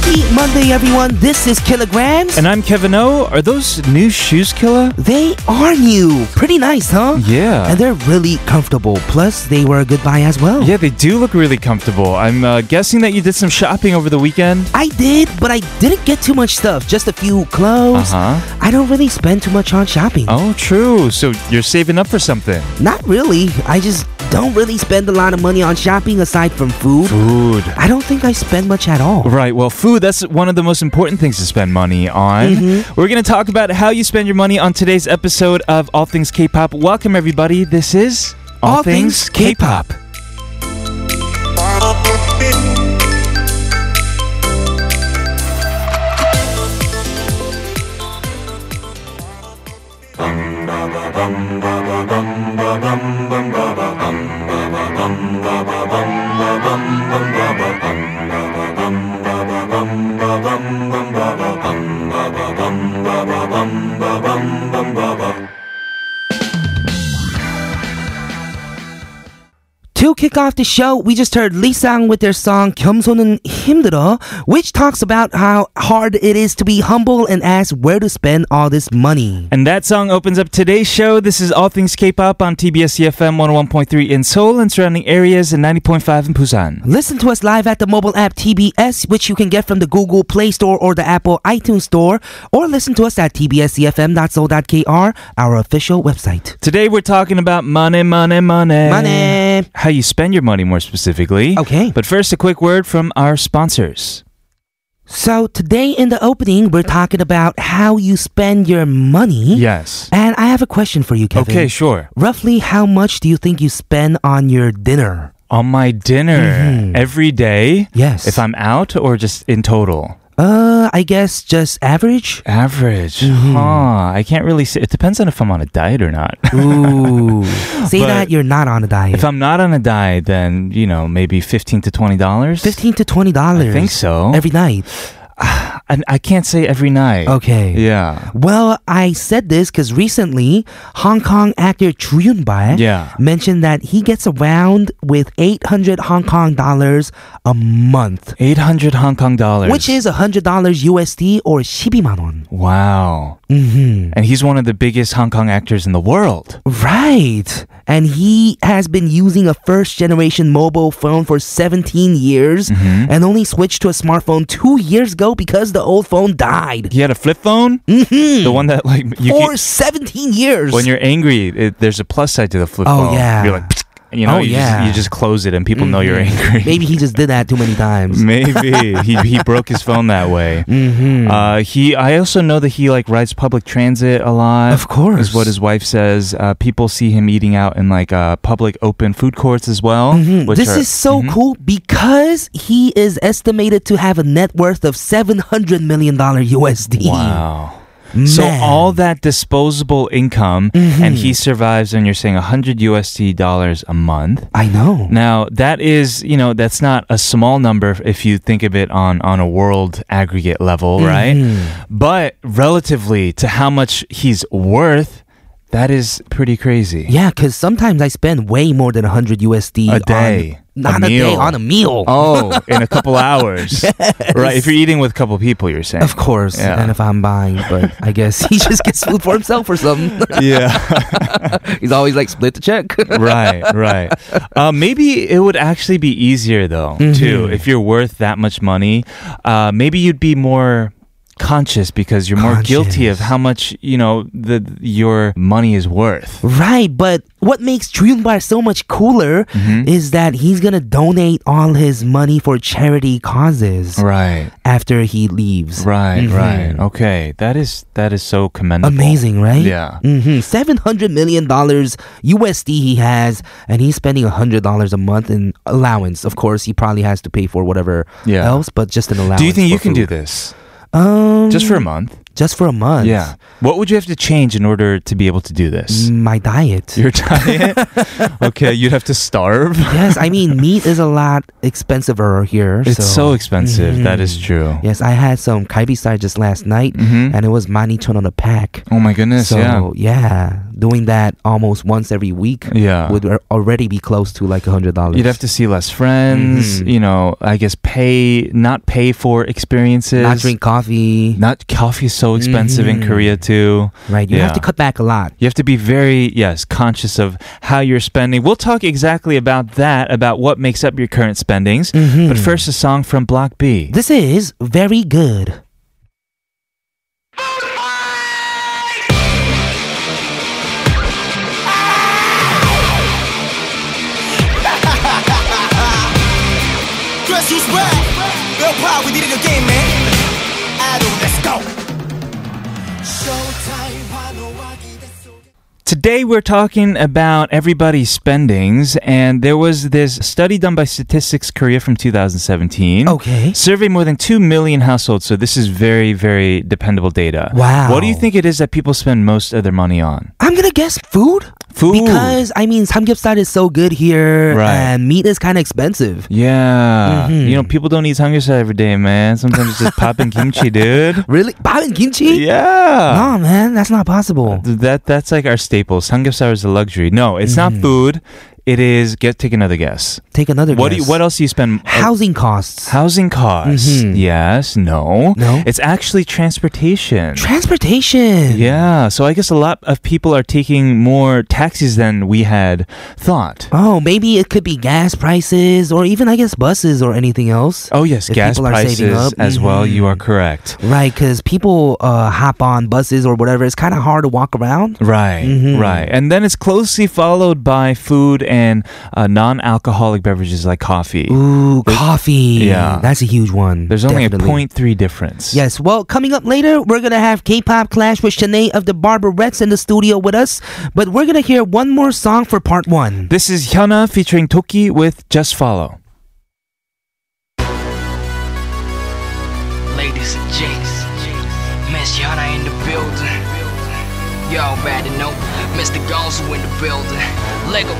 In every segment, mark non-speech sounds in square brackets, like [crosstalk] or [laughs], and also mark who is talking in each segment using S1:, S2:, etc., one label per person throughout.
S1: day, everyone. This is Kilograms.
S2: And I'm Kevin O. Are those new shoes, Killa?
S1: they are new. Pretty nice, huh?
S2: Yeah.
S1: And they're really comfortable. Plus, they were a good buy as well.
S2: Yeah, they do look really comfortable. I'm uh, guessing that you did some shopping over the weekend.
S1: I did, but I didn't get too much stuff. Just a few clothes.
S2: Uh-huh.
S1: I don't really spend too much on shopping.
S2: Oh, true. So you're saving up for something.
S1: Not really. I just don't really spend a lot of money on shopping aside from food.
S2: Food.
S1: I don't think I spend much at all.
S2: Right. Well, food, that's one of the most important things to spend money on. We're going to talk about how you spend your money on today's episode of All Things K pop. Welcome, everybody. This is
S1: All Things
S2: K-Pop.
S1: To kick off the show, we just heard Lee Sang with their song 겸손은 힘들어, which talks about how hard it is to be humble and ask where to spend all this money.
S2: And that song opens up today's show. This is All Things K-Pop on TBS EFM 101.3 in Seoul and surrounding areas and 90.5 in Busan.
S1: Listen to us live at the mobile app TBS, which you can get from the Google Play Store or the Apple iTunes Store, or listen to us at tbscfm.so.kr, our official website.
S2: Today we're talking about money, money, money.
S1: Money. Oh,
S2: How you spend your money more specifically.
S1: Okay.
S2: But first, a quick word from our sponsors.
S1: So today in the opening, we're talking about how you spend your money.
S2: Yes.
S1: And I have a question for you, Hmm? Kevin.
S2: Okay, sure.
S1: Roughly how much do you think you spend on your dinner?
S2: On my dinner every day.
S1: Mm-hmm. Yes.
S2: If I'm out or just in total?
S1: Uh, I guess just average.
S2: [laughs] Average.
S1: Mm-hmm.
S2: Huh. I can't really say. It depends on if I'm on a diet or
S1: [laughs]
S2: not.
S1: Ooh. Say
S2: But-
S1: that you're not on a diet.
S2: if I'm not on a diet, then, you know, maybe 15 to $20.
S1: 15 to 20 dollars.
S2: I think so.
S1: Every night.
S2: I, I can't say every night.
S1: Okay.
S2: Yeah.
S1: Well, I said this because recently Hong Kong actor Chu Yun Bai
S2: Yeah.
S1: mentioned that he gets around with 800 Hong Kong dollars a month,
S2: 800 Hong Kong dollars.
S1: which is 100 dollars USD or 12만 원.
S2: Wow.
S1: Mm-hmm.
S2: And he's one of the biggest Hong Kong actors in the world.
S1: Right. And he has been using a first generation mobile phone for 17 years
S2: Mm-hmm.
S1: and only switched to a smartphone two years ago because the old phone died. Hmm.
S2: He had a flip phone? Mm-hmm. The
S1: Mm.
S2: one that, like, you
S1: for
S2: can,
S1: 17 years.
S2: when you're angry, it, there's a plus side to the flip
S1: Oh,
S2: phone.
S1: yeah.
S2: You're like, you know,
S1: Oh,
S2: you,
S1: yeah. Mm-hmm.
S2: just, you just close it and people know you're
S1: [laughs]
S2: angry.
S1: Maybe he just did that too many times.
S2: Mm. [laughs] Maybe he he broke his phone that way.
S1: Mm.
S2: Mm-hmm. Uh, he I also know that he like rides public transit a lot.
S1: Of course.
S2: is what his wife says. Uh, people see him eating out in like uh, public open food courts as well.
S1: Mhm.
S2: which
S1: This
S2: are-
S1: is so cool because he is estimated to have a net worth of seven hundred million dollar USD.
S2: wow. So
S1: Man. Mm-hmm.
S2: all that disposable income, and he survives, and you're saying 100 USD dollars a month.
S1: I know.
S2: Now that is, you know, that's not a small number if you think of it on on a world aggregate level, right?
S1: Mm-hmm.
S2: But relatively to how much he's worth, that is pretty crazy.
S1: Yeah, because sometimes I spend way more than hundred USD
S2: A
S1: on-
S2: day.
S1: not a,
S2: A
S1: day
S2: meal.
S1: on a meal. [laughs]
S2: Oh, in a couple hours, right? If you're eating with a couple people, you're saying,
S1: Of course,
S2: Yeah.
S1: and if I'm buying, but I guess he [laughs] just gets food for himself or something. [laughs]
S2: yeah,
S1: He's always like, split the check. [laughs]
S2: right, right. Uh, maybe it would actually be easier though, too, if you're worth that much money. Uh, maybe you'd be more conscious because you're more guilty of how much you know the your money is worth.
S1: right, but what makes Dreambar so much cooler
S2: Mm-hmm.
S1: is that he's gonna donate all his money for charity causes
S2: Right, mm-hmm.
S1: after he leaves.
S2: right, right. Okay, that is that is so commendable.
S1: Amazing, right?
S2: Yeah.
S1: Mm-hmm. Seven hundred million dollars USD he has, and he's spending hundred dollars a month in allowance. Of course, he probably has to pay for whatever
S2: Yeah.
S1: else, but just an allowance.
S2: Do you think
S1: for
S2: you can do
S1: food.
S2: this Mm-hmm.
S1: Um,
S2: just for a month?
S1: just for a month.
S2: Yeah. What would you have to change in order to be able to do this?
S1: my diet.
S2: Your diet? [laughs] okay, you'd have to starve.
S1: yes, I mean meat is a lot expensiver here.
S2: It's so, Mm-hmm. expensive. That is true. Mm-hmm.
S1: Yes, I had some kalbi side just last night, and it was 12,000 on a pack.
S2: Oh my goodness,
S1: so
S2: yeah.
S1: yeah, doing that almost once every week
S2: Yeah.
S1: would ar- already be close to like a hundred dollars.
S2: You'd have to see less friends,
S1: Mhm.
S2: you know, I guess pay, not pay for experiences.
S1: not drink coffee,
S2: Not coffee is so expensive in
S1: Mhm.
S2: Korea too.
S1: right? You have
S2: yeah.
S1: to cut back a lot.
S2: You have to be very, yes, conscious of how you're spending. We'll talk exactly about that, about what makes up your current spendings.
S1: Mhm.
S2: But first, a song from Block B.
S1: this is very good.
S3: [laughs] Guess who's back? Real proud, we did it again, man. Ado, let's go. Showtime, 환호하기 됐어.
S2: Today, we're talking about everybody's spendings, and there was this study done by Statistics Korea from 2017.
S1: Okay.
S2: Survey more than 2 million households, so this is very, very dependable data.
S1: Wow.
S2: What do you think it is that people spend most of their money on?
S1: I'm gonna guess food.
S2: Food.
S1: Because I mean, samgyeopsal is so good here,
S2: Right.
S1: and meat is kind of expensive. Mhm.
S2: Yeah. Mm-hmm. You know, people don't eat samgyeopsal every day, man. Sometimes it's just
S1: [laughs]
S2: popping kimchi, dude.
S1: Really, bab and kimchi?
S2: Yeah.
S1: No, man, that's not possible.
S2: Th- That that's like our staple. Samgyeopsal is a luxury. No, it's
S1: Mm-hmm.
S2: not food. It is get take another guess.
S1: Take another.
S2: What do
S1: guess.
S2: you, what else do you spend uh,
S1: Housing costs.
S2: housing costs?
S1: Mhm.
S2: Yes, no.
S1: No?
S2: It's actually transportation.
S1: Transportation.
S2: yeah, so I guess a lot of people are taking more taxis than we had thought.
S1: Oh, maybe it could be gas prices or even, I guess, buses or anything else.
S2: Oh yes,
S1: If
S2: gas
S1: people are saving
S2: prices
S1: up,
S2: as well. You
S1: mhm.
S2: are correct.
S1: Right, because people uh, hop on buses or whatever. It's kind of hard to walk around.
S2: Right,
S1: Mhm.
S2: right. And then it's closely followed by food and uh, non alcoholic beverages like coffee.
S1: Ooh, coffee.
S2: yeah.
S1: That's a huge one.
S2: There's only
S1: Definitely.
S2: a 0.3 difference.
S1: Yes, well, coming up later, we're going to have K pop clash with Shanae of the Barbarettes in the studio with us. But we're going to hear one more song for part one.
S2: This is Hyuna featuring Toki with Just Follow.
S4: Ladies and gents, Miss Yana in the building. Y'all better know, Mr. Gonzo in the building. Lego.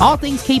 S1: All things K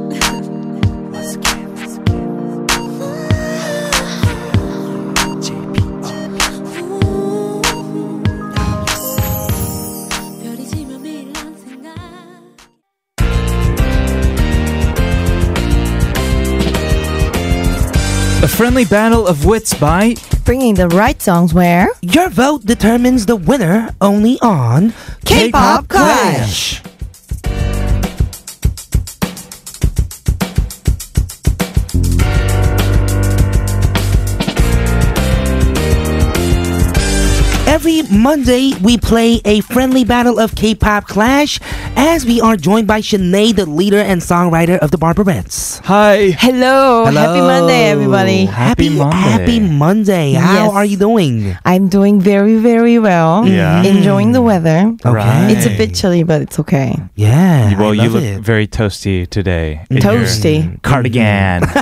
S5: loving you. you loving you. 별이 지며 매일 난 생각
S2: A friendly battle of wits by
S6: bringing the right songs where
S1: Your vote determines the winner only on
S6: K-pop Clash.
S1: Every Monday, we play a friendly battle of K-pop clash as we are joined by Sinead, the leader and songwriter of the Barbarettes.
S2: Hi.
S6: hello, happy
S1: Hello.
S6: monday everybody
S2: Happy Monday.
S1: Happy Monday. How
S6: Yes.
S1: are you doing?
S6: i'm doing very very well
S2: Yeah.
S6: enjoying the weather
S2: Right.
S6: it's a bit chilly but it's okay
S1: Yeah. I
S2: Well, you
S1: love
S2: look
S1: it.
S2: very toasty today. in your
S6: toasty [laughs]
S2: Cardigan. [laughs]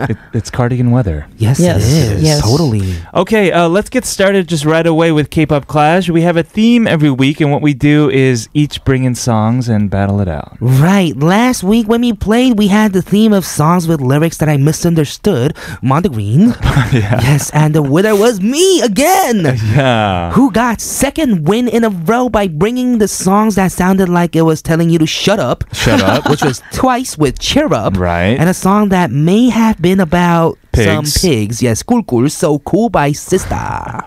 S2: It- it's cardigan weather.
S1: Yes,
S6: Yes.
S1: it is.
S6: Yes.
S1: Totally.
S2: Okay, uh, let's get started just right away with K-pop Clash. We have a theme every week, and what we do is each bring in songs and battle it out.
S1: Right. Last week when we played, we had the theme of songs with lyrics that I misunderstood. Monda
S2: [laughs]
S1: Green. Yes, and the winner was me
S2: [laughs]
S1: again.
S2: Yeah.
S1: Who got second win in a row by bringing the songs that sounded like it was telling you to shut up,
S2: [laughs] Shut up.
S1: [laughs] which was twice with Cheer Up,
S2: Right.
S1: and a song that may have been about
S2: pigs.
S1: Some pigs. Yes, Kulkul, so cool by
S2: [laughs]
S1: sister.
S6: All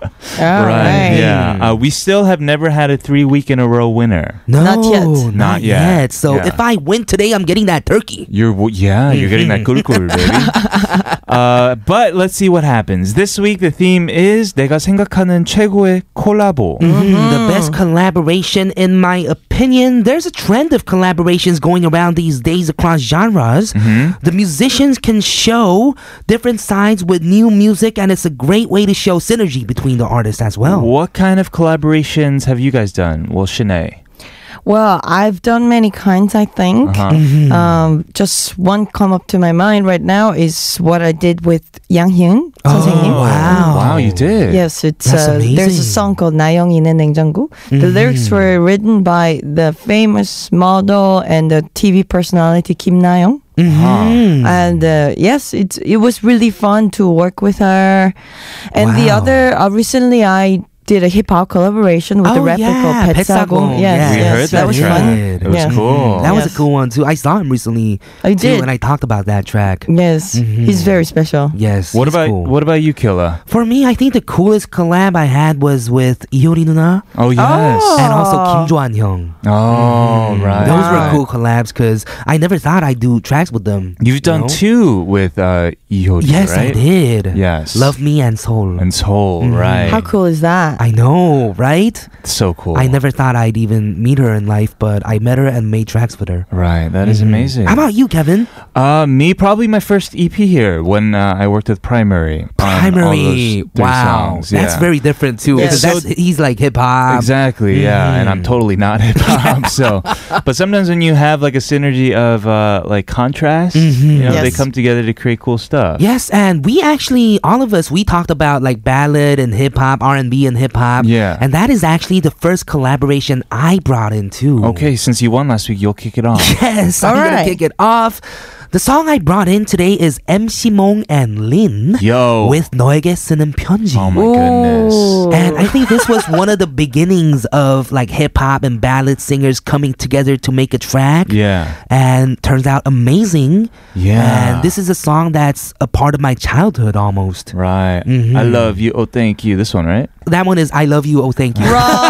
S6: right.
S2: Yeah. Uh, we still have never had a three week in a row winner.
S1: No,
S6: Not yet.
S1: Not,
S2: Not yet.
S1: yet. So
S2: Yeah.
S1: if I win today, I'm getting that turkey.
S2: You're w- yeah, you're getting that kurukuru, baby. Hmm. [laughs] uh, but let's see what happens. This week the theme is 내가 생각하는 최고의 콜라보.
S1: Mhm,
S6: Mm-hmm.
S1: The best collaboration, in my opinion. There's a trend of collaborations going around these days across genres.
S6: Mm-hmm.
S1: The musicians can show different sides with new music, and it's a great way to show synergy between the artists as well.
S2: What kind of collaborations have you guys done? Well, Shanae.
S6: Well, I've done many kinds, I think.
S2: Uh-huh.
S1: Mm-hmm.
S6: Um, just one come up to my mind right now is what I did with Yang Hyun. 선생님.
S1: wow.
S2: Oh, Wow, you did.
S6: Yes, it's
S1: That's
S6: uh, there's
S1: amazing.
S6: a song called 나영이는 냉장고. The lyrics were written by the famous model and the TV personality Kim Nayoung.
S1: Mm-hmm.
S2: Hmm.
S6: And uh, yes, it's it was really fun to work with her. And the
S1: Wow.
S6: other uh, recently I did a hip hop collaboration with the
S1: Oh,
S6: rapper
S1: yeah,
S6: called
S1: Petsagon.
S6: Petsagon. Yes,
S2: We
S6: yes,
S2: heard that,
S6: was
S2: track.
S6: fun.
S2: It was
S6: Yeah.
S2: cool.
S1: That was a
S6: Yes.
S1: cool one too. I saw him recently.
S6: I
S1: too,
S6: did. Mm.
S1: and I talked about that track.
S6: Yes,
S2: Mm-hmm.
S6: he's very special.
S1: Yes.
S2: what
S1: he's
S2: about
S1: cool.
S2: what about you, Killa?
S1: For me, I think the coolest collab I had was with Yuri Nuna
S2: Oh yes.
S1: and also Kim Joan Hyung.
S2: Oh
S1: Mm.
S2: right.
S1: Those were
S2: right.
S1: cool collabs because I never thought I'd do tracks with them.
S2: You've
S1: know?
S2: done two with uh, Ihoji,
S1: Yes, I
S2: right?
S1: did.
S2: Yes.
S1: Love Mm-hmm. Me and Soul.
S2: And Seoul, right?
S6: How cool is that?
S1: I know, right?
S2: So cool.
S1: I never thought I'd even meet her in life, but I met her and made tracks with her.
S2: Right, that is amazing.
S1: Mm-hmm. How about you, Kevin?
S2: Uh, me probably my first EP here when uh, I worked with Primary. on Um, all those
S1: Primary.
S2: three
S1: Wow.
S2: songs,
S1: That's
S2: yeah.
S1: very different, too.
S6: Yes.
S1: because that's, he's like hip hop.
S2: exactly yeah, and I'm
S1: Mm.
S2: totally not hip
S1: [laughs]
S2: hop. so, but sometimes when you have like a synergy of uh, like contrast,
S1: Mm-hmm.
S2: you know, they
S6: Yes.
S2: come together to create cool stuff.
S1: Yes, and we actually all of us we talked about like ballad and hip hop, R and B and hip hop.
S2: Yeah.
S1: and that is actually the first collaboration I brought in too.
S2: Okay, since you won last week, you'll kick it off.
S1: [laughs] Yes, I'm
S6: All
S1: gonna
S6: right.
S1: kick it off. The song I brought in today is MC Mong and Lin
S2: Yo.
S1: with 너에게 쓰는 편지.
S2: oh my goodness.
S1: And I think this
S2: [laughs]
S1: was one of the beginnings of like hip hop and ballad singers coming together to make a track.
S2: Yeah.
S1: And turns out amazing.
S2: Yeah.
S1: And this is a song that's a part of my childhood almost.
S2: Right.
S1: Mm-hmm.
S2: I love you. Oh, thank you. This one, right?
S1: That one is I love you, oh thank you.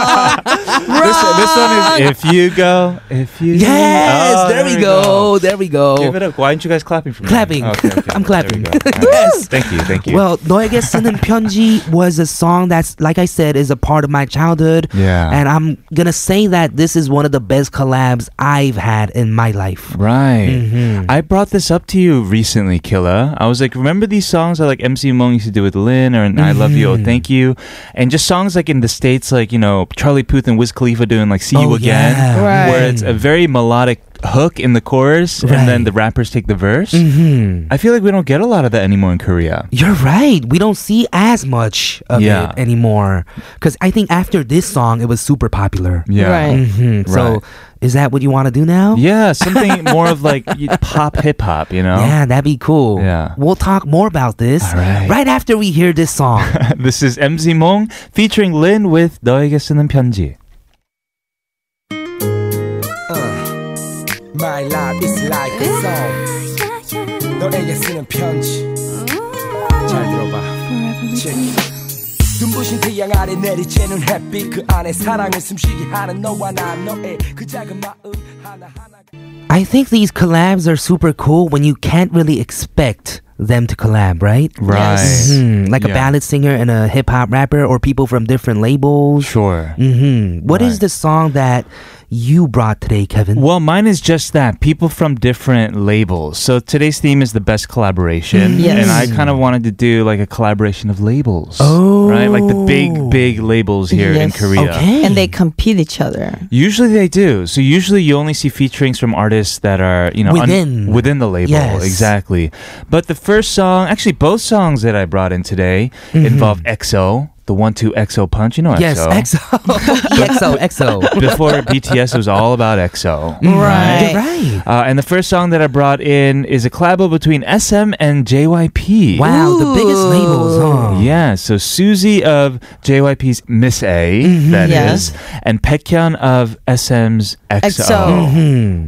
S2: This, uh, this one is if you go, if you
S1: Yes,
S2: Oh,
S1: there, we go. There we go.
S2: Give it up. Why aren't you guys clapping for me?
S1: Clapping.
S2: Okay, okay.
S1: I'm clapping.
S2: There we go.
S1: [laughs] Yes.
S2: Thank you. Thank you.
S1: Well, 너에게 쓰는 편지 was a song that's, like I said, is a part of my childhood.
S2: Yeah.
S1: And I'm going to say that this is one of the best collabs I've had in my life.
S2: right.
S1: mm-hmm.
S2: I brought this up to you recently, Killa. I was like, remember these songs that like MC Mong used to do with Lin or and I Love You, Oh
S1: Mm-hmm.
S2: Thank You? And just songs like in the States, like, you know, Charlie Puth and Wiz Khalifa doing like See You
S1: Oh,
S2: Again,
S1: yeah.
S6: Right.
S2: where it's a very melodic hook in the chorus and then the rappers take the verse.
S1: hmm
S2: I feel like we don't get a lot of that anymore in Korea.
S1: You're right. We don't see as much of
S2: Yeah.
S1: it anymore. Because I think after this song, it was super popular.
S2: Yeah.
S6: Right.
S1: Mhm.
S2: Right.
S1: So is that what you want to do now?
S2: Yeah, something more of like y- pop hip hop, you know?
S1: Yeah, that'd be cool.
S2: Yeah.
S1: We'll talk more about this
S2: All right.
S1: after we hear this
S2: [laughs]
S1: song.
S2: [laughs] this is MZ Mong featuring Lin with 너에게 쓰는 편지.
S3: My life is like a song 너에게 쓰는 편지 잘 들어봐 눈부신 그 태양 아래 내리쬐는 햇빛 그 안에 사랑을 숨쉬게 하는 너와 나 너의 그 작은 마음 하나하나
S1: I think these collabs are super cool when you can't really expect them to collab, right?
S2: Right.
S1: Mhm. Like a
S2: Yeah.
S1: ballad singer and a hip hop rapper or people from different labels.
S2: Sure. Hmm.
S1: Mm-hmm. What is the song that you brought today, Kevin?
S2: Well, mine is just that people from different labels. So today's theme is the best collaboration,
S1: Mm-hmm.
S6: Yes.
S2: and I kind of wanted to do like a collaboration of labels,
S1: Oh.
S2: right? Like the big, big labels here in
S6: Yes.
S2: Korea.
S1: Okay.
S6: and they compete each other.
S2: Usually they do. So usually you only see featurings from artists that are you know
S1: Within.
S2: un- within the label
S1: Yes.
S2: exactly. But the first song, actually both songs that I brought in today involve EXO the one two EXO punch. You know
S1: Mm-hmm. Yes,
S2: EXO.
S1: [laughs] EXO. EXO,
S2: [laughs]
S1: [laughs] EXO.
S2: Before BTS was all about EXO.
S1: You're
S6: Right.
S1: right.
S2: Uh, and the first song that I brought in is a collabo between SM and JYP.
S1: Wow, the biggest
S6: Ooh.
S1: labels, huh?
S2: Yeah, so Suzy of JYP's Miss A, that is,
S6: Yes.
S2: and Pekyan of SM's XO.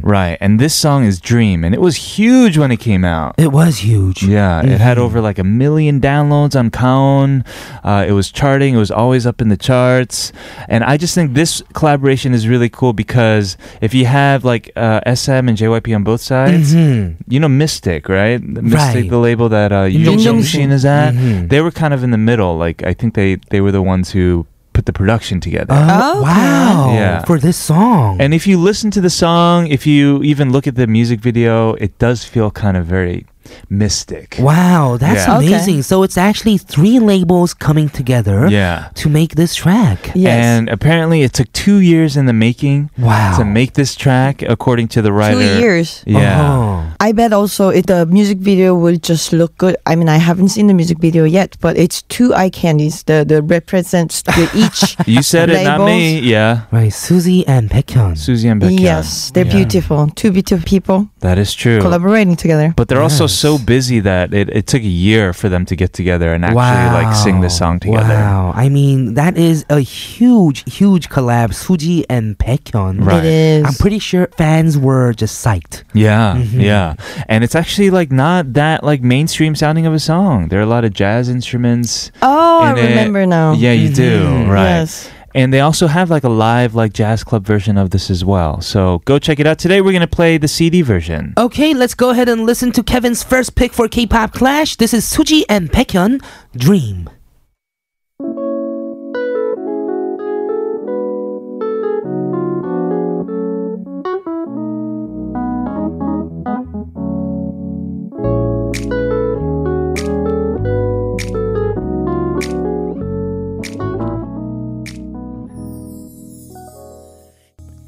S6: XO.
S2: Right, and this song is Dream, and it was huge when it came out.
S1: It was huge.
S2: Yeah, it had over like a million downloads on Kaon. Uh, it was charting, it was always up in the charts. And I just think this collaboration is really cool because if you have like uh, SM and JYP on both sides,
S1: Mhm.
S2: you know Mystic, right? The
S1: Right.
S2: Mystic, the label that uh,
S1: Yoon
S2: Yoon Jung
S1: Shin.
S2: Shin is at.
S6: Mm-hmm.
S1: Mhm.
S2: They were kind of in the middle. Like I think they they were the ones who put the production together.
S1: Oh,
S6: Okay.
S1: Wow.
S2: Yeah.
S1: For this song.
S2: And if you listen to the song, if you even look at the music video, it does feel kind of very mystic.
S1: wow, that's
S2: Yeah.
S6: Okay.
S1: amazing. So it's actually three labels coming together
S2: Yeah.
S1: to make this track.
S6: Yes.
S2: And apparently, it took two years in the making
S1: Wow.
S2: to make this track, according to the writer.
S6: Two years. Oh.
S2: Yeah.
S1: Uh-huh.
S6: I bet also it, the music video will just look good. I mean, I haven't seen the music video yet, but it's two eye candies. The the represents the each.
S2: [laughs] You said it, not me. Yeah.
S1: Right, Suzy and Baekhyun.
S2: Suzy and Baekhyun.
S6: yes, they're
S2: Yeah.
S6: beautiful. Two beautiful people
S2: That is true.
S6: collaborating together.
S2: But they're also
S1: Yes.
S2: so busy that it, it took a year for them to get together and actually like sing this song together.
S1: Wow. I mean, that is a huge, huge collab, Suji and Baekhyun.
S2: Right.
S6: It is.
S1: I'm pretty sure fans were just psyched.
S2: Yeah,
S6: Mm-hmm.
S2: yeah. And it's actually like not that like mainstream sounding of a song. There are a lot of jazz instruments.
S6: oh, I
S2: in it.
S6: remember now. Mm, Mm-hmm.
S2: Yeah, you do. Right.
S6: Yes.
S2: And they also have like a live like jazz club version of this as well. So go check it out. Today we're gonna play the CD version.
S1: Okay, let's go ahead and listen to Kevin's first pick for K-pop Clash. This is Suji and Baekhyun, Dream.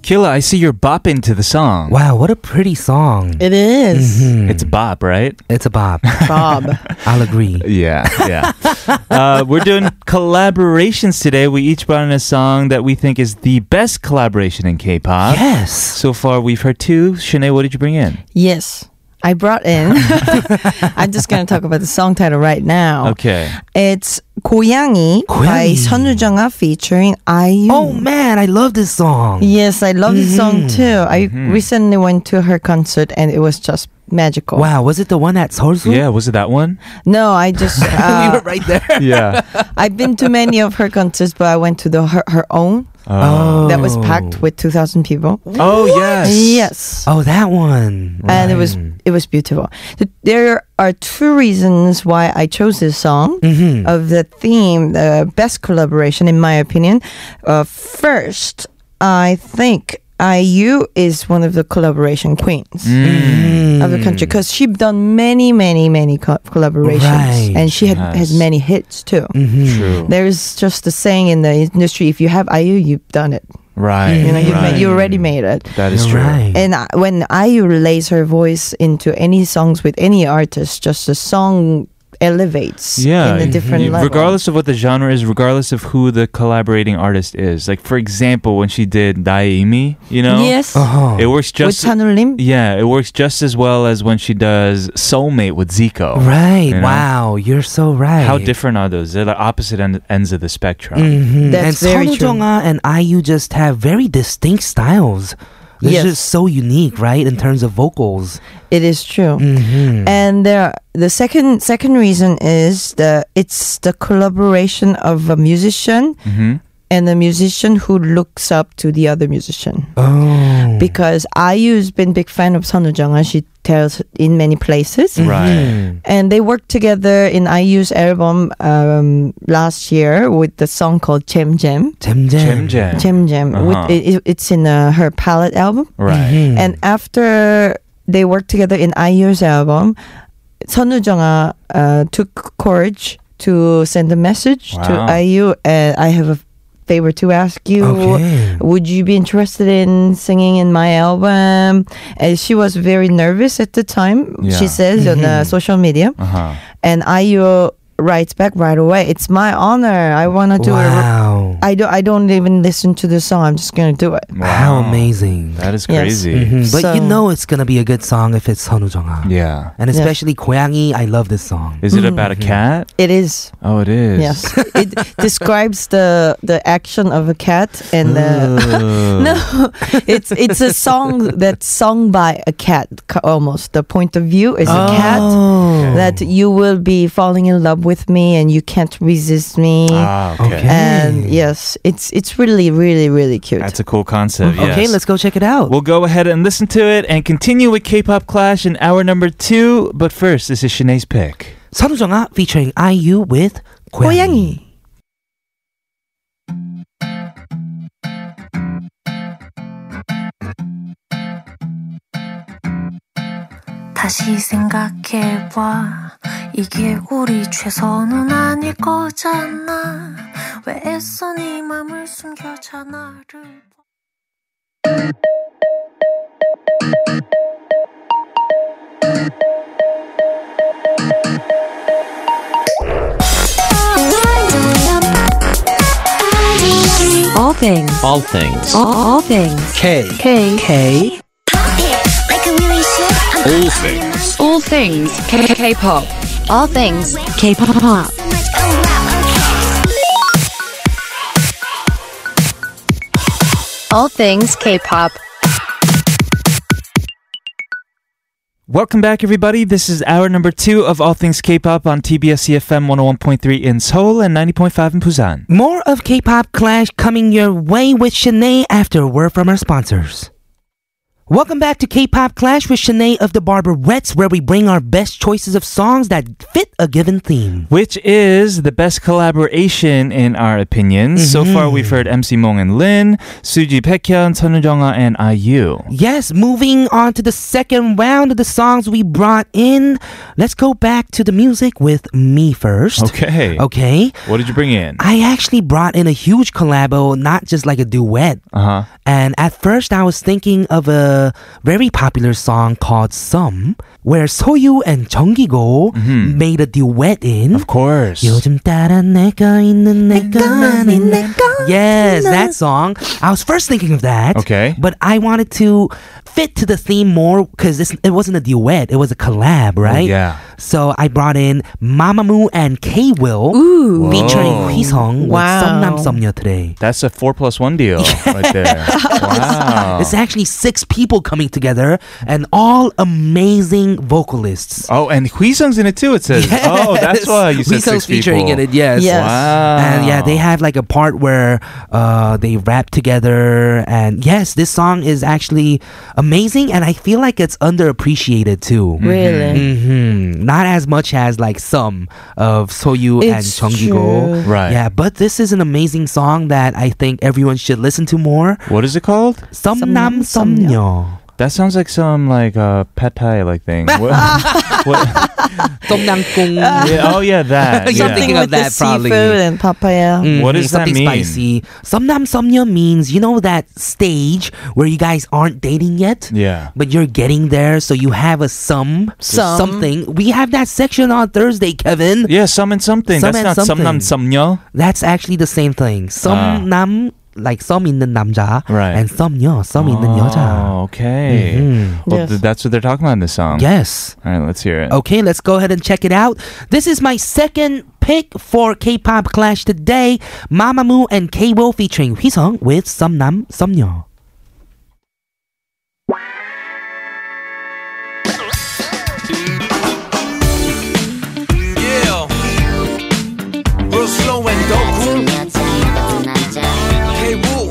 S2: Killa, I see you're bopping to the song.
S1: Wow, what a pretty song.
S6: It is.
S2: It's bop, right?
S1: It's a bop.
S6: Bob.
S1: [laughs] I'll
S2: [laughs]
S1: agree.
S2: Yeah, yeah. [laughs] uh, we're doing collaborations today. We each brought in a song that we think is the best collaboration in K-pop.
S1: Yes.
S2: So far, we've heard two. Shanae, what did you bring in?
S6: yes. I
S2: [laughs]
S6: brought in. I'm just gonna talk about the song title right now.
S2: Okay.
S6: It's 고양이,
S1: 고양이.
S6: by 선우정아 featuring IU.
S1: Oh man, I love this song.
S6: Yes, I love this
S2: Mm-hmm.
S6: song too. I recently went to her concert and it was just magical.
S1: Wow, was it the one at Seoulsu? [laughs]
S2: Yeah, was it that one?
S6: No,
S2: [laughs]
S6: I just
S1: we
S6: uh,
S1: were right there.
S6: [laughs]
S2: Yeah.
S6: I've been to many of her concerts, but I went to the her, her own
S2: Uh,
S1: Oh.
S6: that was packed with two thousand people.
S2: Oh yes.
S6: Yes.
S1: Oh, that one.
S6: And it was it was beautiful. Th- There are two reasons why I chose this song of the theme, the best collaboration in my opinion. Uh, first, I think IU is one of the collaboration queens
S2: Mm,
S6: Mm. of the country because she's done many, many, many co- collaborations,
S1: Right.
S6: and she had,
S2: Yes.
S6: has many hits too.
S2: True.
S6: There's just a saying in the industry: if you have IU, you've done it.
S2: Right.
S6: You know, you've
S2: right.
S6: made, you already made it.
S2: That is
S1: You're
S2: true.
S1: right.
S6: And I, when IU relays her voice into any songs with any artist, just the song elevates
S2: Yeah.
S6: in a different
S2: you-
S6: level.
S2: Regardless of what the genre is, regardless of who the collaborating artist is. Like for example, when she did Daimi, you know?
S6: yes,
S1: Uh-huh.
S2: It works
S6: with
S2: just
S6: Chanul Lim.
S2: Yeah, it works just as well as when she does Soulmate with Zico.
S1: Right.
S2: Oh, You know?
S1: Wow, you're so right.
S2: How different are those? They're like opposite end, ends of the spectrum.
S1: Mhm.
S6: That's very
S1: and
S6: true.
S1: Songjong-a and IU just have very distinct styles. They're
S6: Yes.
S1: just so unique, right, in terms of vocals.
S6: It is true.
S2: Mm-hmm.
S6: And there, the second second reason is the it's the collaboration of a musician
S2: Mm-hmm.
S6: and a musician who looks up to the other musician.
S1: Oh.
S6: Because IU's been big fan of Sun Jung, she tells in many places.
S1: Mm-hmm.
S2: Right.
S6: And they worked together in IU's album um, last year with the song called Jem Jem.
S1: Jam
S2: Jim Jam.
S6: Jem Jem. With-
S2: Uh-huh. Hmm.
S6: it- it- it's in uh, her palette album.
S2: Right.
S1: Mm-hmm.
S6: And after they worked together in IU's album, Sonu Jonga uh, took courage to send a message
S2: Wow.
S6: to IU, and I have a favor to ask you.
S1: Okay.
S6: Would you be interested in singing in my album? And she was very nervous at the time,
S2: Yeah. Mm-hmm.
S6: she says on uh, social media.
S2: Uh-huh.
S6: And IU writes back right away. It's my honor. I want to do it.
S1: Wow.
S6: I don't. I don't even listen to the song. I'm just gonna do it.
S1: How
S2: Wow.
S1: amazing.
S2: That is
S6: Yes.
S2: crazy.
S1: Mhm, But you
S6: So-
S1: know it's gonna be a good song if it's Sonu Jung
S2: Yeah.
S1: And especially Koyangi, I love this song.
S2: Is it about a
S1: Mm-hmm.
S2: cat?
S6: It is.
S2: Oh, it is.
S6: Yes. it
S2: [laughs]
S6: describes the the action of a cat and the.
S2: Ugh.
S6: [laughs] No, it's it's a song that's sung by a cat. ca- Almost the point of view is a cat
S1: Oh.
S6: that you will be falling in love with me and you can't resist me.
S2: Ah, okay.
S1: Okay.
S6: And yes, it's it's really really really cute.
S2: That's a cool concept.
S1: Okay,
S2: yes.
S1: let's go check it out.
S2: We'll go ahead and listen to it and continue with K-pop Clash in hour number two. But first, this is Shanae's pick.
S1: Sonu Jung featuring IU with Koyangi.
S6: 고양이.
S7: 다시 생각해봐 이게 우리 최선은 아닐 거잖아 왜 애써 네 맘을 숨겨자 나를 봐.
S8: All things.
S9: All things.
S8: All, all things.
S9: K.
S8: K.
S9: K. All things.
S8: All things. K. K. Pop. All things. K. Pop. All things K. Pop.
S2: Welcome back, everybody. This is hour number two of All Things K-pop on TBS EFM 101.3 in Seoul and 90.5 in Busan.
S1: More of K-pop Clash coming your way with Shanae after a word from our sponsors. Welcome back to K-pop Clash with Shanae of the Barberettes, where we bring our best choices of songs that fit a given theme.
S2: Which is the best collaboration in our opinion. So
S1: Mm-hmm.
S2: far, we've heard MC Mong and Lin, Suji Baekhyun, Sonu Jonga, and Ah IU.
S1: Yes, moving on to the second round of the songs we brought in. Let's go back to the music with me first.
S2: Okay.
S1: Okay.
S2: What did you bring in?
S1: I actually brought in a huge collabo, not just like a duet.
S2: Uh huh.
S1: And at first, I was thinking of a very popular song called "Some," where Soyu and 정기고 made a duet in.
S2: Of course.
S1: 요즘 따라 내가 있는 내가 아닌
S6: 내가
S1: Yes, that song. I was first thinking of that.
S2: Okay.
S1: But I wanted to fit to the theme more because it wasn't a duet; it was a collab, right?
S2: Oh, yeah.
S1: So I brought in Mamamoo and K Will featuring
S2: Whoa.
S1: Hui
S6: Wow.
S1: with "Somnam today.
S2: That's a four plus one
S1: [laughs]
S2: deal right there. wow.
S1: It's actually six people coming together and all amazing vocalists.
S2: Oh, and Huizong's in it too. It says. Oh,
S1: [laughs]
S2: that's why you said
S1: Weezo's
S2: six
S1: featuring
S2: people.
S1: in it, yes.
S6: Yes.
S2: Wow.
S6: Uh,
S1: And yeah, they have like a part where uh, they rap together. And yes, this song is actually amazing. And I feel like it's underappreciated too.
S6: Really.
S2: Mm-hmm.
S1: hmm Not as much as like some of Soyu and
S6: It's
S1: Chung Gi-go.
S6: true.
S2: Mm-hmm. Right.
S1: Yeah, but this is an amazing song that I think everyone should listen to more.
S2: What is it called?
S1: Somnam Somnyo.
S2: That sounds like some like uh, pad thai like
S6: [laughs]
S2: thing. What- what-
S1: [laughs] Somnangkung.
S2: yeah, oh yeah,
S6: [laughs]
S2: that.
S1: You're
S2: yeah. Mm.
S1: thinking of
S6: with
S1: that
S6: the
S1: probably.
S6: seafood and papaya.
S1: Mhm,
S2: What does that
S1: something
S2: mean?
S1: spicy. Somnam somnia means you know that stage where you guys aren't dating yet.
S2: Yeah.
S1: But you're getting there, so you have a some,
S6: Some.
S1: something. We have that section on Thursday, Kevin.
S2: Yeah, some and something.
S1: Some
S2: That's
S1: and
S2: not some nam
S1: something.
S2: somnyo.
S1: That's actually the same thing.
S2: Ah.
S1: Some nam, like some in the namja,
S2: Right.
S1: and some yo, some in the
S2: Oh,
S1: 여자.
S2: okay.
S1: Mhm.
S2: Well,
S6: Mm-hmm. Yes. Oh.
S2: th- that's what they're talking about in this song.
S1: Yes.
S2: All right, let's hear it.
S1: Okay, let's go ahead and check it out. This is my second pick for K-pop Clash today. Mamamoo and K-Will featuring Hui with Somnam Somnyo.
S3: Yeah. Real slow and go cool. Hey, woo.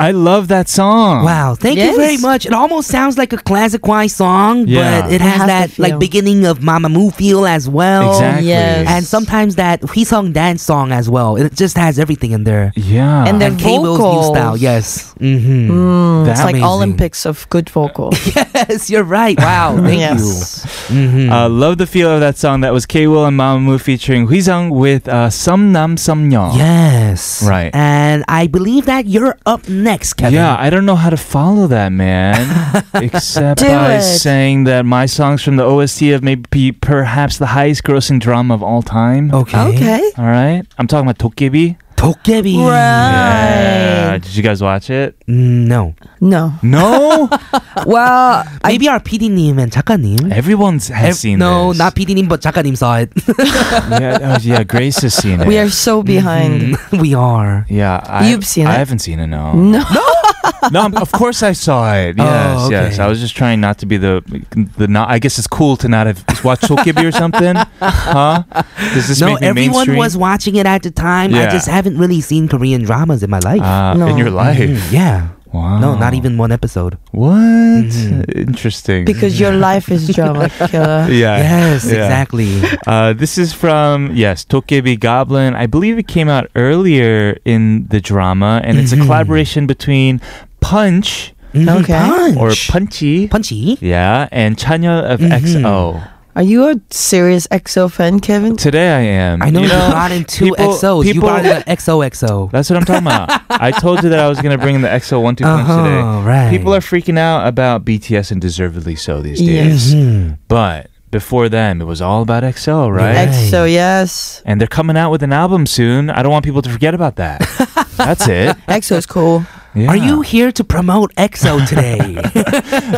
S2: I love that song.
S1: Wow, thank you very
S6: Yes.
S1: much. It almost sounds like a classic Y song,
S2: Yeah.
S1: but it
S6: It
S1: has,
S6: has
S1: that
S6: that feel.
S1: like beginning of Mamamoo feel as well.
S2: Exactly.
S6: yes.
S1: And sometimes that Hui dance song as well. It just has everything in there.
S2: Yeah.
S6: And
S1: And K-Will's new
S6: Vocals. Mm.
S1: style, yes. hmm
S2: that
S6: It's like
S2: amazing.
S6: Olympics of good
S2: [laughs]
S6: vocal.
S1: [laughs] Yes, you're right.
S6: [laughs]
S1: Wow, thank Mm-hmm.
S6: yes.
S2: Uh, love the feel of that song. That was K Will and Mamamoo featuring Huizong with uh, Some Nam Some
S1: you. Yes.
S2: Right.
S1: And I believe that you're up next, Kevin?
S2: Yeah, I don't know how to follow that,
S1: [laughs]
S2: man. Except
S6: Do
S2: by
S6: it.
S2: saying that my songs from the OST have maybe perhaps the highest grossing drama of all time.
S1: Okay.
S6: Okay.
S2: All right. I'm talking about Tokkebi.
S1: Dokkaebi.
S2: Yeah.
S6: Right.
S2: Did you guys watch it?
S1: Mm, No.
S6: No.
S2: No.
S1: [laughs]
S6: Well,
S1: Maybe our PD님 and 작가님.
S2: Everyone's has
S1: Ev-
S2: seen
S1: no,
S2: this.
S1: not PD님, but 작가님 saw it.
S2: [laughs] yeah, oh, yeah, Mm-hmm. Grace has seen it.
S6: we are so behind.
S1: [laughs] we are.
S2: Yeah, I,
S6: You've seen
S2: I
S6: it.
S2: haven't seen it.
S1: [laughs]
S2: No, [laughs]
S6: No. [laughs]
S2: no. I'm- Of course, I saw it.
S1: Oh,
S2: Yes, yes.
S1: okay.
S2: I was just trying not to be the the not. I guess it's cool to not have watched Sokibi or
S1: [laughs]
S2: something, huh? Does this
S1: No,
S2: make me
S1: everyone
S2: mainstream?
S1: was watching it at the time. I
S2: Yeah.
S1: just haven't really seen Korean dramas in my life.
S2: Ah,
S6: No.
S2: in your life.
S1: Mm, yeah.
S2: Wow.
S1: No, not even Mm-hmm. one episode.
S2: What? Interesting.
S6: Because your life is drama
S2: [laughs]
S6: killer.
S2: yeah.
S1: Yes,
S2: yeah.
S1: exactly.
S2: Uh, this is from yes, Tokebi Goblin. I believe it came out earlier in the drama, and
S1: Mm-hmm.
S2: it's a collaboration between Punch
S1: Mhm,
S6: Okay.
S1: Punch. Mm-hmm.
S2: or Punchy.
S1: Punchy.
S2: Yeah, and Chanya of XO.
S6: Are you a serious EXO fan, Kevin?
S2: Today I am.
S1: I know you, brought in two
S2: people-
S1: XOs. you
S2: people-
S1: brought in an XOXO.
S2: [laughs] That's what I'm talking about. I told you that I was going to bring in the XO One Two Punch
S1: Uh-huh,
S2: today.
S1: right.
S2: People are freaking out about BTS and deservedly so these days.
S1: Mhm.
S2: But before them, it was all about XO, right?
S1: Right.
S6: EXO, E yes.
S2: And they're coming out with an album soon. I don't want people to forget about
S1: [laughs]
S2: that. That's it.
S6: EXO E is
S2: [laughs]
S6: cool.
S1: Are
S2: Yeah.
S1: you here to promote EXO today?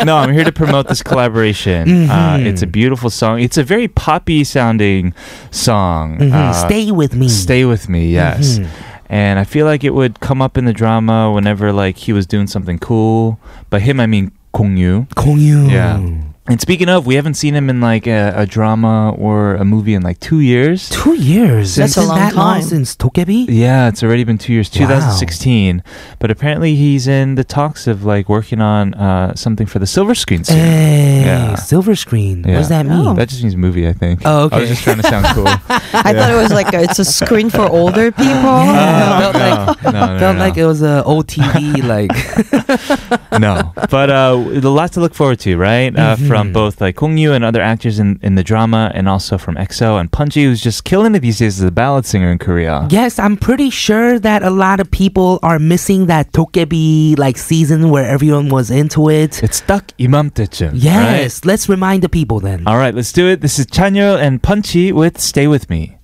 S2: no, I'm here to promote this
S1: [laughs]
S2: collaboration. Uh,
S1: Mhm.
S2: it's a beautiful song. It's a very poppy sounding song.
S1: Mhm,
S2: [laughs] Uh,
S1: Stay with me.
S2: Stay with me, yes.
S1: Mhm.
S2: And I feel like it would come up in the drama whenever like he was doing something cool. By him, I mean Kong Yu.
S1: Mm-hmm. 공유.
S2: Yeah. And speaking of, we haven't seen him in like a, a drama or a movie in like two years.
S1: Two years.
S6: That's
S1: It's been
S6: a long
S1: that long
S6: time.
S1: since Dokebi.
S2: Yeah, it's already been two years,
S1: Wow.
S2: 2016. But apparently, he's in the talks of like working on uh, something for the silver screen. soon.
S1: Hey,
S2: Yeah.
S1: silver screen. Eh,
S2: Yeah.
S1: What does that mean?
S6: Oh.
S2: That just means movie, I think.
S1: Oh, okay.
S2: I was just trying to sound
S1: [laughs]
S2: cool.
S6: I thought it was like a, it's a screen for older people.
S1: Yeah.
S2: no, no, no, no,
S1: [laughs] Felt
S2: no.
S1: like it was a OTV. like
S2: no. But uh, a lot to look forward to, right? Uh,
S1: Mm-hmm.
S2: From both like Kung Yu and other actors in, in the drama, and also from EXO and Punji, who's just killing it these days as a ballad singer in Korea.
S1: yes, I'm pretty sure that a lot of people are missing that Dokebi like season where everyone was into it.
S2: It's stuck imamte쯤.
S1: Yes, let's remind the people then.
S2: Right? All right, let's do it. This is Chanyeol and Punji with "Stay with Me."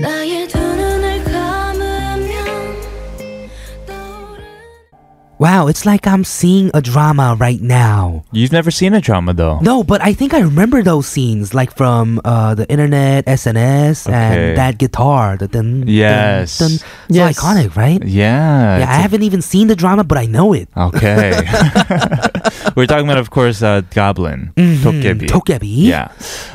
S7: 나의 두 눈을 감으면 떠오르는
S1: Wow, it's like I'm seeing a drama right now.
S2: You've never seen a drama though.
S1: No, but I think I remember those scenes, like from uh, the internet, SNS,
S2: Okay.
S1: and that guitar. The dun, dun,
S2: Yes.
S1: dun. It's
S6: Yes.
S1: iconic, right?
S2: Yeah.
S1: Yeah,
S2: it's
S1: I
S2: a-
S1: haven't even seen the drama, but I know it.
S2: [laughs] Okay. [laughs] We're talking about, of course, uh, Goblin.
S1: Mm-hmm.
S2: Tokkebi.
S1: Tokebi.
S2: Yeah.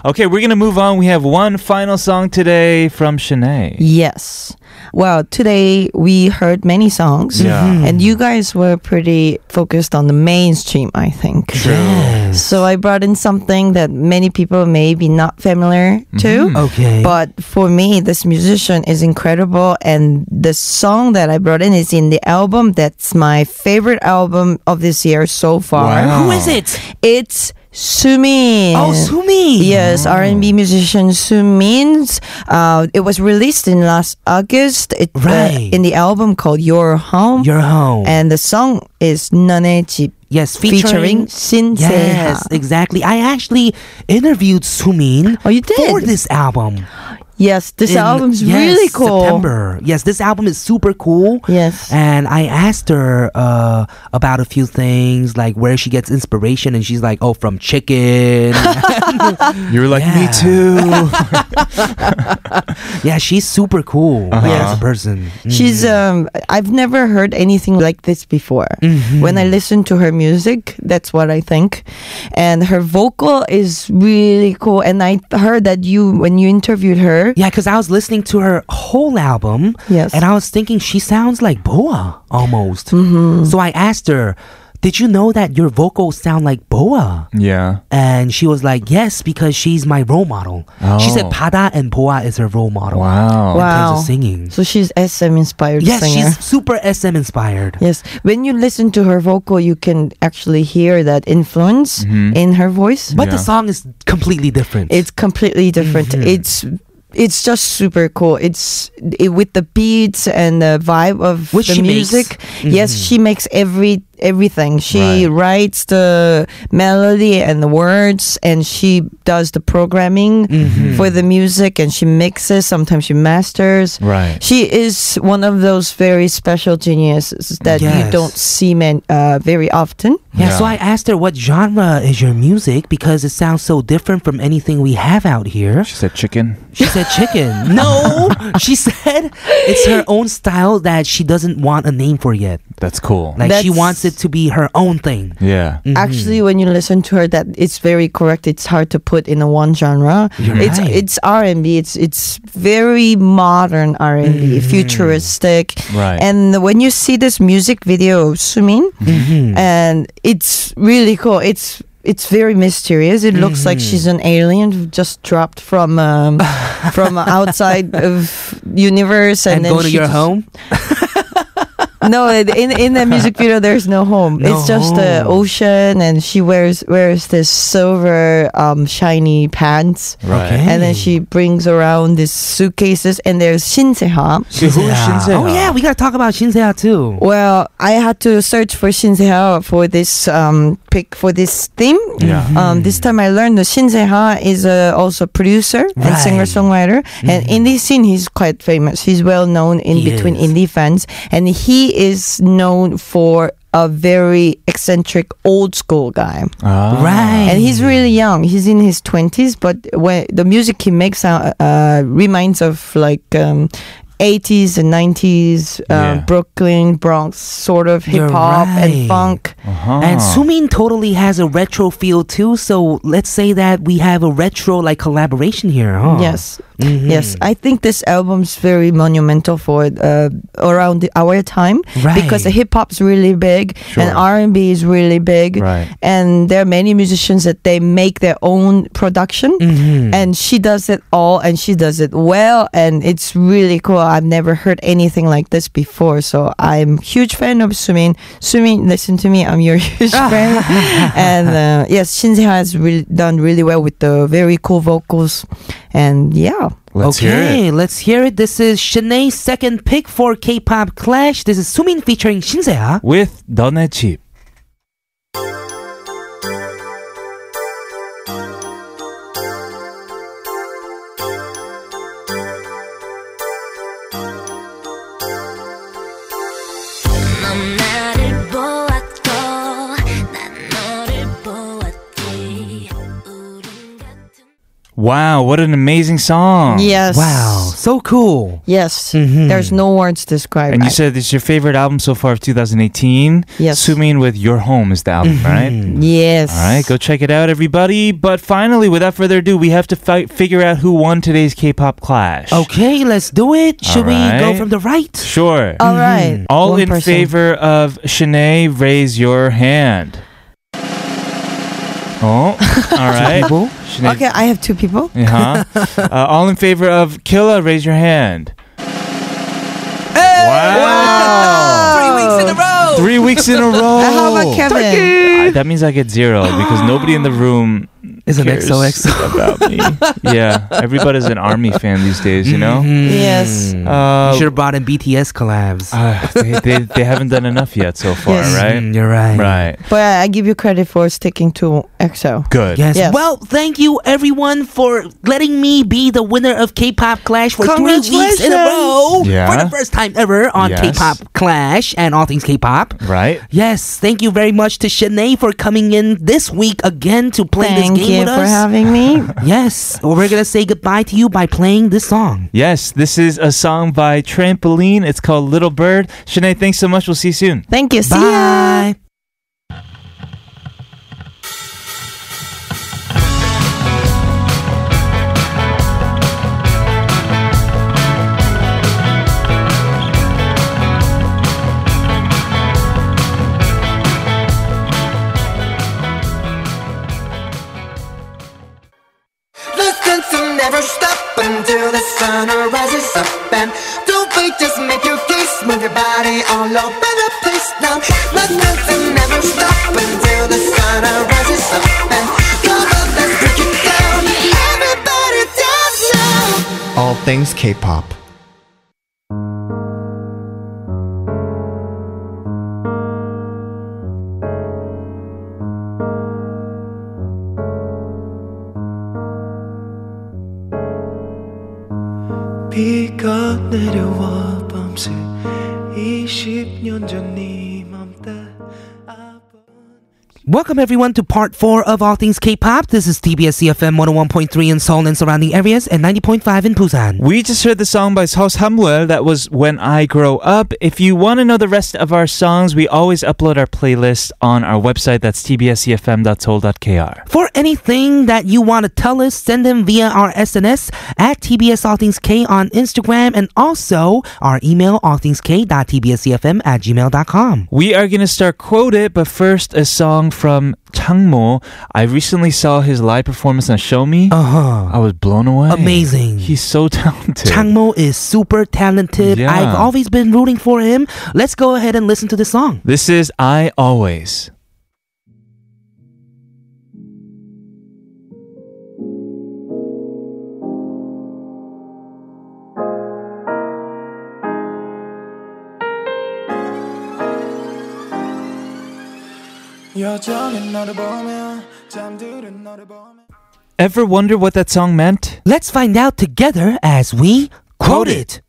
S2: Okay, we're going to move on. We have one final song today from Shanae.
S6: Yes. Well, today we heard many songs,
S2: Yeah.
S1: Mm-hmm.
S2: Mhm.
S6: and you guys were pretty focused on the mainstream, I think.
S1: Yes.
S6: So I brought in something that many people may be not familiar to.
S1: Okay.
S6: But for me, this musician is incredible, and the song that I brought in is in the album that's my favorite album of this year so far.
S2: Wow.
S1: who is it?
S6: It's Sumin.
S1: Oh, Sumi.
S6: Yes, R&B musician Sumin's. Uh, it was released in last August. It, uh,
S1: Right.
S6: in the album called Your Home.
S1: Your home.
S6: and the song is Nane Jeep
S1: yes,
S6: featuring
S1: featuring.
S6: Shin
S1: Yes,
S6: Se-ha.
S1: exactly. I actually interviewed Sumin
S6: Oh, you did?
S1: for this album.
S6: Yes,
S1: in-
S6: this album's
S1: yes,
S6: really cool.
S1: September. Yes, this album is super cool.
S6: Yes.
S1: And I asked her uh, about a few things, like where she gets inspiration, and she's like, "Oh, from
S6: [laughs]
S1: chicken."
S2: You were like,
S1: Yeah. [laughs] yeah, she's super cool like, as a person. Mm. Mm-hmm.
S6: She's um I've never heard anything like this before. When I listen to her music, that's what I think. And her vocal is really cool and I heard that you when you interviewed her,
S1: Mm. Yeah, because I was listening to her whole album.
S6: Yes. Mm-hmm.
S1: And I was thinking she sounds like Boa almost. So I asked her, did you know that your vocals sound like Boa?
S2: Yeah.
S1: And she was like, yes, because she's my role model. She
S2: Oh.
S1: said Pada and Boa is her role model.
S2: Wow.
S1: In
S6: Wow.
S1: terms of singing.
S6: So she's SM inspired
S1: yes,
S6: singer.
S1: she's super SM inspired.
S6: Yes, when you listen to her vocal, you can actually hear that influence
S1: Mm-hmm.
S6: in her voice.
S1: But the
S2: Yeah.
S1: song is completely different.
S6: It's completely different.
S1: Mhm.
S6: It's it's just super cool. It's it, with the beats and the vibe of
S1: Which
S6: the
S1: she makes. Mm-hmm.
S6: music. Yes, she makes every everything. She writes the melody and the words, and she does the programming
S1: Mm-hmm.
S6: for the music, and she mixes. Sometimes she masters.
S2: Right.
S6: She is one of those very special geniuses that
S1: Yes. Mm-hmm.
S6: you don't see man, uh, very often.
S1: Yeah, so I
S2: Yeah.
S1: asked her what genre is your music because it sounds so different from anything we have out here.
S2: She said chicken.
S1: She said
S6: [laughs]
S1: chicken. No, she said it's her own style that she doesn't want a name for yet.
S2: That's cool.
S1: Like she
S6: That's-
S1: wants it to be her own thing.
S2: yeah.
S6: Actually, when you listen to her, that it's very correct. It's hard to put in a one genre. it's
S1: Mm-hmm. right.
S6: it's R and B. It's it's very modern R and B,
S1: Mm-hmm.
S6: futuristic.
S2: Right.
S6: And when you see this music video of Sumin,
S1: Mm. Mm-hmm.
S6: and it's really cool. It's it's very mysterious. It looks
S1: Mm-hmm.
S6: like she's an alien who just dropped
S1: [laughs]
S6: from um, from outside of universe and,
S1: And,
S6: then
S1: go to
S6: she
S1: your
S6: just-
S1: home.
S6: no, it- in in that music video, there's no home.
S1: No
S6: it's just the
S1: home.
S6: ocean, and she wears wears this silver, um, shiny pants,
S2: Right.
S1: Okay.
S6: and then
S1: Mm.
S6: she brings around these suitcases, and there's Shinseha.
S2: Who is Shinseha?
S1: Oh yeah, we gotta talk about Shinseha too.
S6: Well, I had to search for Shinseha for this um, pick for this theme.
S2: Yeah.
S6: Um,
S1: Mm-hmm.
S6: this time I learned that Shinseha is uh, also producer and
S1: Right. Mm-hmm.
S6: singer songwriter, and in this scene he's quite famous. He's well known
S1: He
S6: in between
S1: is.
S6: indie fans, and he is known for a very eccentric old school guy.
S2: Ah.
S1: Right.
S6: And he's really young. He's in his twenties, but when the music he makes uh, uh, reminds of like um, 80s and 90s uh,
S2: Yeah.
S6: Brooklyn Bronx sort of
S1: You're
S6: hip hop
S1: right.
S6: and funk.
S2: Uh-huh.
S1: And Sumin totally has a retro feel too, so let's say that we have a retro like collaboration here,
S2: Oh.
S1: huh?
S6: Yes,
S2: Mm-hmm.
S6: yes. I think this album's very monumental for uh, around the, our time
S1: Right.
S6: because the hip hop's really big and
S2: Sure.
S6: R and B is really big,
S2: Right.
S6: and there are many musicians that they make their own production,
S2: Mm-hmm.
S6: and she does it all and she does it well, and it's really cool. I've never heard anything like this before, so I'm huge fan of Sumin. Sumin, listen to me, I'm your [laughs] huge
S2: [laughs]
S6: fan, and uh, yes, Shinseha has really done really well with the very cool vocals, and yeah.
S2: Let's
S1: okay,
S2: hear it.
S1: let's hear it. This is Shanae's second pick for K-pop Clash. This is Sumin featuring Shinseha.
S2: With Donne Chip.
S7: 넌 나를 보았고 난 너를 보았지 우린 같은
S2: Wow, what an amazing song.
S6: Yes.
S1: Wow, so cool.
S6: Yes.
S1: Mhm.
S6: There's no words described.
S2: Mm-hmm. And you
S6: I-
S2: said it's your favorite album so far of 2018.
S6: Yes.
S2: Sumin with Your Home is the album,
S1: Mm-hmm.
S2: right?
S6: yes.
S2: All right, go check it out, everybody. But finally, without further ado, we have to fi- figure out who won today's K-pop clash.
S1: Okay, let's do it. Should we go
S2: Alright.
S1: from the right?
S2: Sure.
S6: All right.
S2: All
S6: Oh, One
S2: in
S6: person.
S2: favor of Shanae, raise your hand. Oh,
S6: [laughs]
S2: all right.
S1: people?
S2: Shanae-
S6: Okay, I have two people.
S2: Uh-huh. Uh, all in favor of Killa, raise your hand. Wow.
S1: weeks in a row.
S2: Three weeks in a row.
S6: Uh, [laughs] How about Kevin?
S2: Uh, that means I get zero because nobody in the room
S1: Is an
S2: cares
S1: XOXO.
S2: about me. yeah, everybody's an army fan these days, you know.
S6: Mm-hmm. Yes.
S2: Uh,
S1: you should have brought Mm-hmm. in BTS collabs.
S2: uh, [sighs] they, they they haven't done enough yet so far,
S6: Yes.
S2: right?
S1: Mm, you're right.
S2: Right.
S6: But I give you credit for sticking to EXO.
S2: Good.
S1: Yes.
S6: Yes.
S1: Well, thank you everyone for letting me be the winner of K-pop Clash for three weeks in a row
S2: Congratulations. Yeah.
S1: for the first time ever on
S2: Yes.
S1: K-pop Clash and all things K-pop.
S2: Right.
S1: Yes, thank you very much to Shanae for coming in this week again to play
S6: Thank
S1: this game
S6: you
S1: with
S6: for
S1: us.
S6: having
S1: [laughs]
S6: me.
S1: yes, we're gonna say goodbye to you by playing this song.
S2: Yes, this is a song by Trampoline. It's called Little Bird. Shanae, thanks so much. We'll see you soon.
S6: Thank you. See ya.
S1: Bye.
S7: 넌
S3: motion to never stop until the sun rises up. And don't wait, just make your case. Move your body all over the place now. Let nothing never stop until the sun rises up. And come on, let's break it down. Everybody dance now.
S9: All things K-pop.
S5: 비가 내려와 밤새 20년 전 이맘때
S1: Welcome everyone to part four of All Things K-pop. This is TBS CFM 101.3 in Seoul and surrounding areas and 90.5 in Busan.
S2: We just heard the song by Seo Samuel. That was When I Grow Up. If you want to know the rest of our songs, we always upload our playlist on our website. That's tbscfm.soul.kr.
S1: For anything that you want to tell us, send them via our SNS at TBS All Things K on Instagram and also our email allthingsk.tbscfm at gmail.com.
S2: We are going to start Quote It, but first a song from Changmo. I recently saw his live performance on Show Me.
S1: Uh-huh.
S2: I was blown away.
S1: Amazing.
S2: He's so [laughs] talented.
S1: Changmo is super talented.
S2: Yeah.
S1: I've always been rooting for him. Let's go ahead and listen to the song.
S2: This is I Always.
S5: 여전히 너를 보며 잠드는 너를 보며
S2: Ever wonder what that song meant?
S1: Let's find out together as we quote it.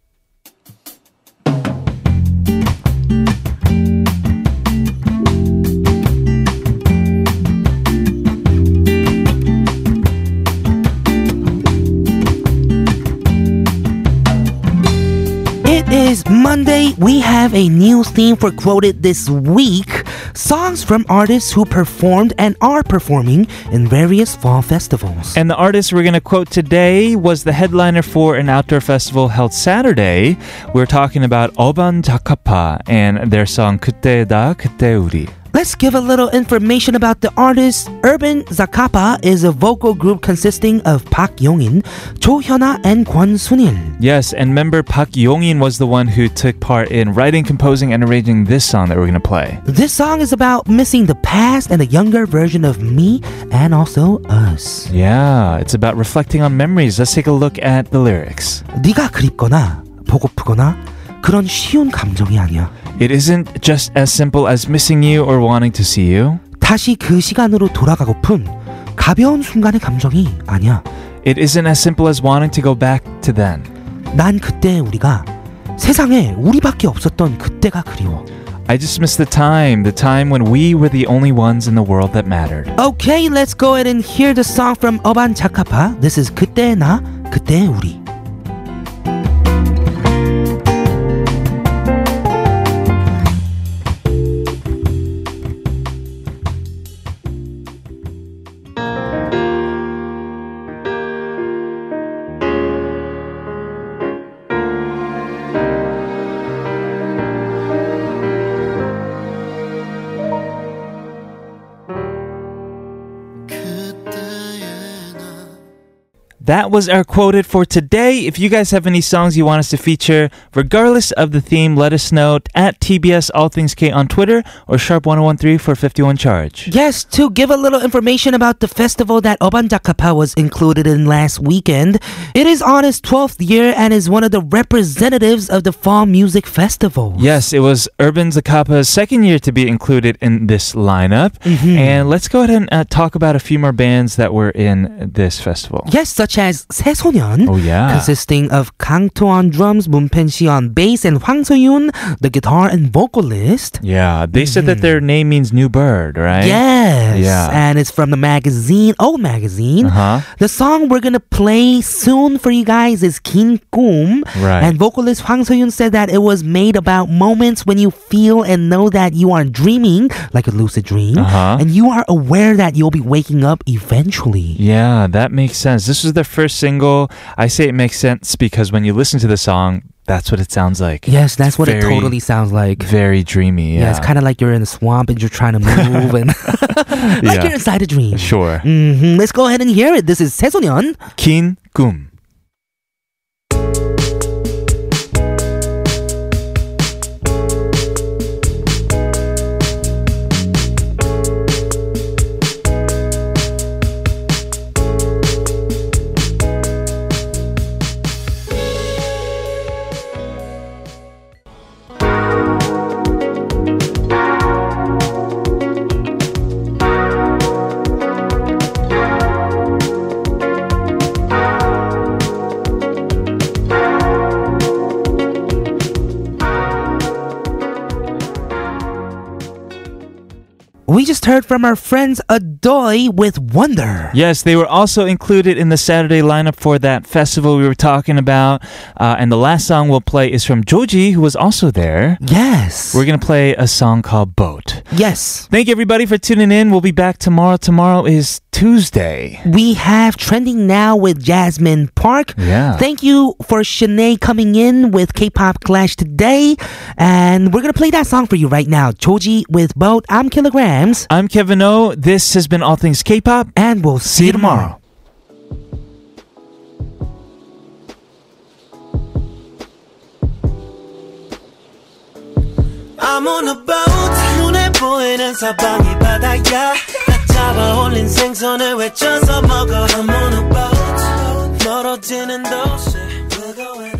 S1: It is Monday. We have a new theme for Quoted this week songs from artists who performed and are performing in various fall festivals.
S2: And the artist we're going to quote today was the headliner for an outdoor festival held Saturday. We're talking about Oban Takapa and their song 그때다 그때 우리.
S1: Let's give a little information about the artist. Urban Zakapa is a vocal group consisting of Park Yongin, Cho Hyuna, and Kwon Sunil.
S2: Yes, and member Park Yongin was the one who took part in writing, composing, and arranging this song that we're going to play.
S1: This song is about missing the past and a younger version of me and also us.
S2: Yeah, it's about reflecting on memories. Let's take a look at the lyrics.
S1: 네가 그립거나 보고프거나 그런 쉬운 감정이 아니야.
S2: It isn't just as simple as missing you or wanting to see you.
S1: 다시 그 시간으로 돌아가고픈 가벼운 순간의 감정이 아니야.
S2: It isn't as simple as wanting to go back to then.
S1: 난 그때 우리가 세상에 우리밖에 없었던 그때가 그리워.
S2: I just miss the time, the time when we were the only ones in the world that mattered.
S1: Okay, let's go ahead and hear the song from Oban Chakapa. This is 그때 나, 그때 우리.
S2: That was our quoted for today. If you guys have any songs you want us to feature, regardless of the theme, let us know at TBS All Things K on Twitter or Sharp1013 for 51 charge.
S1: Yes, to give a little information about the festival that Oban Chakapa was included in last weekend. It is on its 12th year and is one of the representatives of the Fall Music Festival.
S2: Yes, it was Urban Zaccapa's second year to be included in this lineup. And let's go ahead and uh, talk about a few more bands that were in this festival.
S1: Yes, such as 새소년,
S2: Oh, yeah.
S1: consisting of Kang To on drums, Moon Pen Si on bass, and Hwang Soyun, the guitar and vocalist.
S2: Yeah, they said that their name means new bird, right?
S1: Yes.
S2: Mm-hmm. Yeah.
S1: And it's from the magazine, old magazine.
S2: Uh-huh.
S1: The song we're going to play soon for you guys is Kin Kum.
S2: Right.
S1: And vocalist Hwang Soyun said that it was made about moments when you feel and know that you are dreaming, like a lucid dream,
S2: Uh-huh.
S1: and you are aware that you'll be waking up eventually.
S2: Yeah, that makes sense. This was their their first single. I say it makes sense because when you listen to the song, that's what it sounds like.
S1: Yes, that's what it
S2: Very-
S1: totally sounds like.
S2: Very dreamy. Yeah,
S1: Yeah, it's kind of like you're in a swamp and you're trying to move and [laughs] like
S2: Yeah.
S1: you're inside a dream.
S2: sure.
S1: hmm Let's go ahead and hear it. This is 새소년.
S2: Kin Kum.
S1: We just heard from our friends Adoy with Wonder.
S2: Yes, they were also included in the Saturday lineup for that festival we were talking about. Uh, and the last song we'll play is from Joji, who was also there.
S1: Yes.
S2: We're going to play a song called Boat.
S1: yes.
S2: Thank you, everybody, for tuning in. We'll be back tomorrow. Tomorrow is Tuesday.
S1: We have Trending Now with Jasmine Park.
S2: Yeah.
S1: Thank you for Shanae coming in with K-Pop Clash today. And we're going to play that song for you right now. Joji with Boat. I'm Kilograms.
S2: I'm Kevin O. This has been All Things K pop.
S1: And we'll
S2: See you tomorrow.
S5: I'm on a boat 눈에 보이는 서방이 바다야 딱 잡아 올린 생선을 외쳐서 먹어 I'm on a boat 멀어지는 도시 무거운